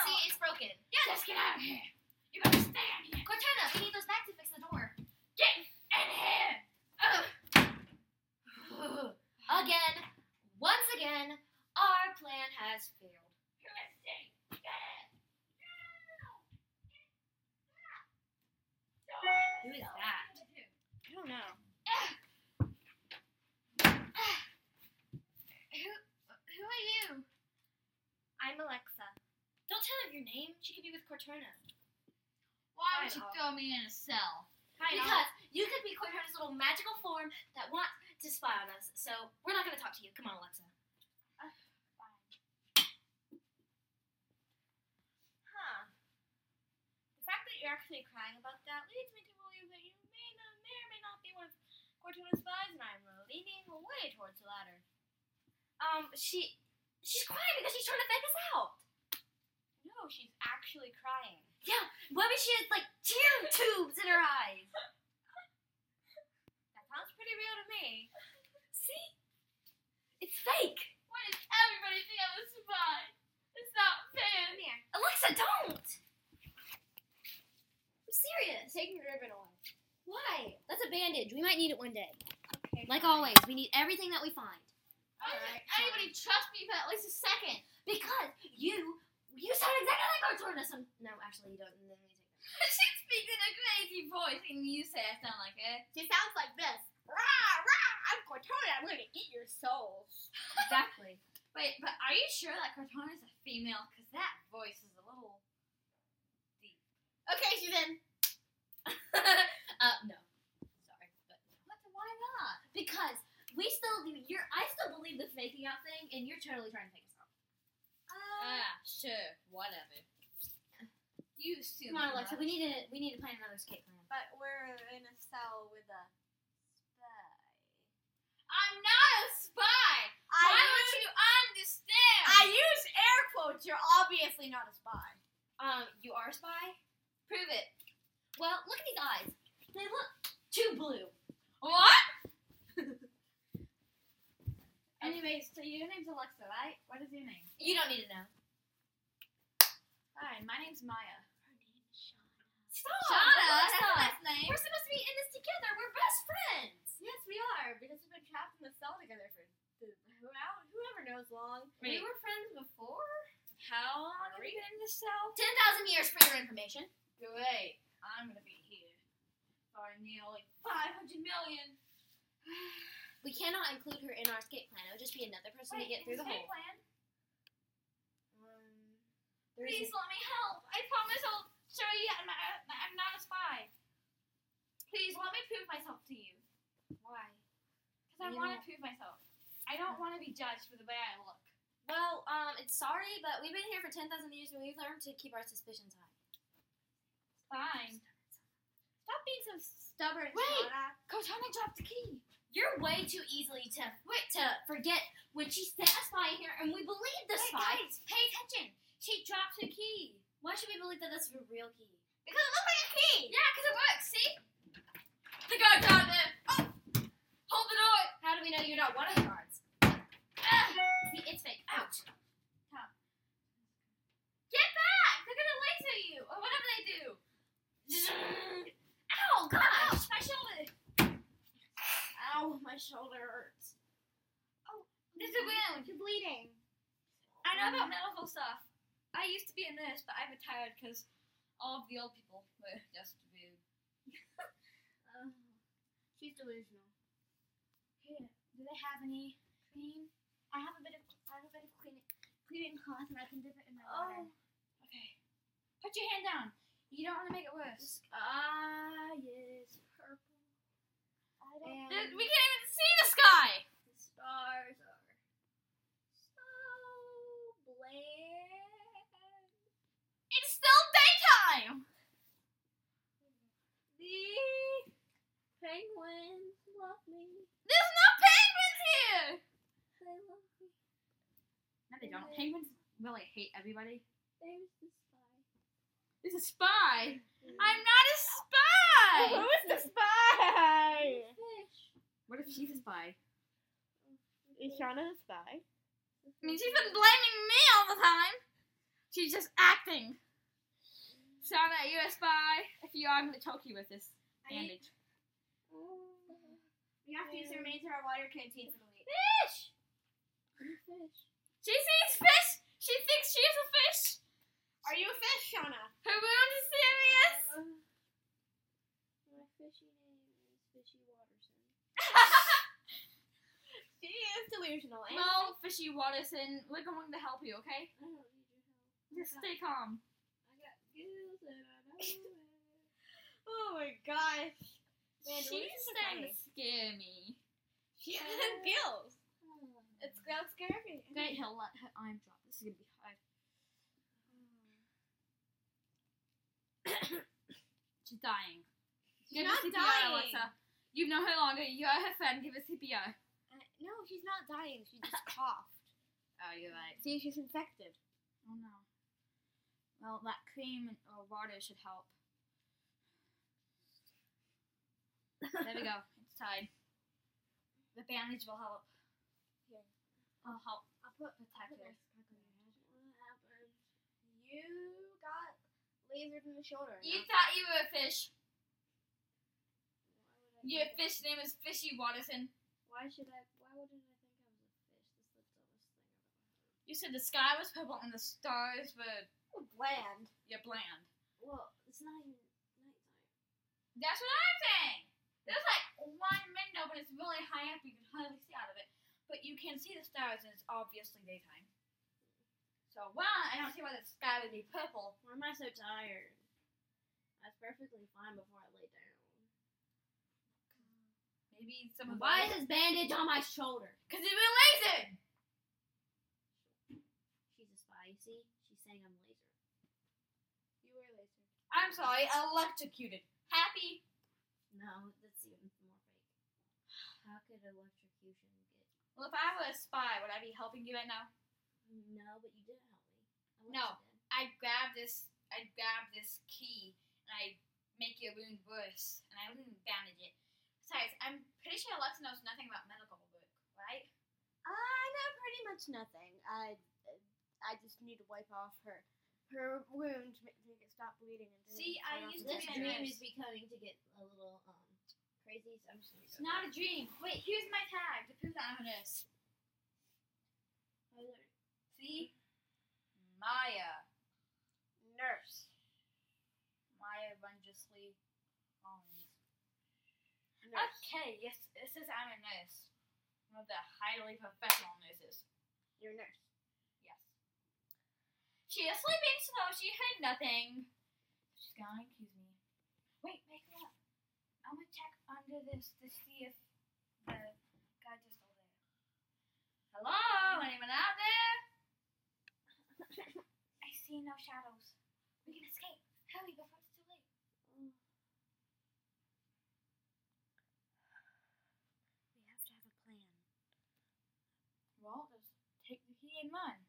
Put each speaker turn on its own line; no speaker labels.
has failed.
Christy, get it! No!
Who is that?
I don't know.
Who, who are you?
I'm Alexa. Don't tell her your name. She could be with Cortona.
Why
Hi,
would you
Olive.
throw me in a cell?
Hi,
Because you could be Cortona's little magical form that wants to spy on us. So we're not going to talk to you. Come on, Alexa.
Huh. The fact that you're actually crying about that leads me to believe that you may, not, may or may not be one of Cortona's spies, and I'm leaning away towards the latter.
Um, she she's crying because she's trying to fake us out.
No, she's actually crying.
Maybe she has like tear tubes in her eyes.
That sounds pretty real to me.
See, it's fake.
Why does everybody think I'm a spy? It's not fair.
Come here.
Alexa, don't. I'm serious.
Take your ribbon away.
Why? That's a bandage. We might need it one day.
Okay.
Like
fine.
always, we need everything that we find.
Why does
Alright,
anybody trust me for at least a second?
Because you you sound exactly like Arturna. Some no, actually you don't. Then we take that.
she speaks in a crazy voice, and you say I sound like it.
She sounds like this. Rah, rah, I'm Cortona. I'm going to eat your souls.
Exactly.
Wait, but are you sure that Cortana is a female? Because that voice is a little.
Okay, Susan.
uh, no, sorry, but
What? Why not?
because we still do. You're I still believe the faking out thing, and you're totally trying to fake us out.
Uh,
Ah, sure, whatever. You soon.
Come on, Alexa. We need to we need to plan another escape plan.
But we're in a cell with a spy.
I'm not a spy.
I
Why
use,
would you understand?
I use air quotes. You're obviously not a spy.
Um, you are a spy.
prove it.
Well, look at these eyes. They look too blue.
What?
Anyways, so your name's Alexa, right? What is your name?
You don't need to know.
Hi, my name's Maya.
Stop.
Shauna, that's
Alexa.
her last name.
We're supposed to be in this together. We're best friends.
Yes, we are because we've been trapped in the cell together for th- who out- whoever knows long.
We
Wait.
were friends before.
How long have we been in the cell?
Ten thousand years for your information.
Great. I'm gonna be here for nearly 500 million.
We cannot include her in our escape plan. It would just be another person to get through the hole.
plan.
Um, there
Please
isn't-
let me help. I promise I'll show you I'm not, I'm not a spy. Please let me prove myself to you.
why?
Because I
You
want to
don't-
prove myself. I don't want to be judged for the way I look.
Well, um, it's sorry, but we've been here for ten thousand years, and we've learned to keep our suspicions high.
Fine.
Stop being so stubborn,
Wait.
Shauna.
Cortana dropped the key.
You're way too easily to wait to forget when she sent a spy in here, and we believed the
Wait,
spy.
guys, pay attention. She dropped the key.
Why should we believe that that's a real key?
Because it looks like a key. Yeah, because it works. See? The guard's out there. Oh. Hold the door.
How do we know you're not one of the guards?
Ah.
See, it's fake. Ouch.
Get back. They're going to laser you or whatever they do.
Ow, gosh,
Ouch, my shoulder.
Ow, my shoulder hurts.
There's a wound.
You're bleeding.
I know about medical stuff. I used to be a nurse, but I retired because all of the old people were just rude.
Oh, she's delusional.
Here, do they have any cream?
I have a bit of I have a bit of cleaning cleaning cloth and I can dip it in my
Oh,
water.
Okay. Put your hand down. You don't want to make it worse.
Ah yes, purple. I don't
Dude, we can't even see the sky.
the stars are so bland.
It's still daytime.
The penguins love me.
There's no penguins here.
They love me.
No, they don't. Penguins really hate everybody.
There's the spy.
There's a spy. I'm not a spy.
Who
is the spy?
Fish.
What if she's a spy?
Is Shauna a
I
spy?
mean, she's been blaming me all the time. She's just acting. Shauna, you're a spy. If you are, I'm gonna choke you with this
I,
bandage.
we have to use the remains of our water canteen for the week.
Fish.
Fish.
She sees fish
delusional. And
Well, Fishy Watterson, we're going to help you, okay?
I don't need your help.
Just stay calm.
I got skills and I know it. Oh my gosh. Man,
She's
delusions are
starting to
funny.
scare me.
She has skills. It's got scary.
Okay, he'll let her arm drop. This is gonna be hard. She's dying.
She's
Give us
not
CPR,
dying.
Alexa. You've known her longer. You're her friend. Give us CPR.
Uh, no, she's not dying. She just coughed.
Oh, you're right.
See, she's infected.
Oh no. Well, that cream and or water should help. There we go. It's tied. The bandage will help.
Here.
I'll help
I'll put
protect her.
You got lasered in the shoulder. no?
You thought you were a fish.
Why would I
Your
think I-
fish name is Fishy Watterson.
Why should I? Why wouldn't I think I was a fish? This looks almost thing
You said the sky was purple and the stars were
I've ever Bland.
yeah bland.
Well, it's not even nighttime.
That's what I'm saying. There's like one window, but it's really high up. You can hardly see out of it, but you can see the stars, and it's obviously daytime. So well, I don't see why the sky would be purple.
Why am I so tired? I was perfectly fine before I lay down.
Maybe some of the
Why is this bandage on my shoulder?
because it was laser.
She's a spy, you see? She's saying I'm laser.
You were laser.
I'm sorry, electrocuted. Happy.
No, that's even more fake. How could electrocution get.
Well, if I were a spy, would I be helping you right now?
No, but you didn't help me. I
No.
wish you did.
I grab this, I grab this key, and I make your wound worse, and I wouldn't bandage it. Besides, I'm pretty sure Alexa knows nothing about medical work, right?
I know Uh, pretty much nothing. I I just need to wipe off her her wound to make make it stop bleeding. And to
See,
cut
I
off
used
the
to
This
skin.
be a
dream
nurse.
is becoming to get a little um crazy, so I'm just gonna
It's
go.
not a dream. Wait, here's my tag to prove that I'm a nurse. See, Maya,
nurse.
Maya Wondrously Owens.
Nurse.
Um, Okay, yes, it says I'm a nurse. One of the highly professional nurses.
You're a nurse.
Yes. She is sleeping, so she heard nothing. She's gonna accuse me. Wait, make her up. I'm gonna check under this to see if the guy just over there. Hello? Anyone out there? I see no shadows. We can escape. Hurry before it's too late.
We have to have a plan.
Well, just take the key and run.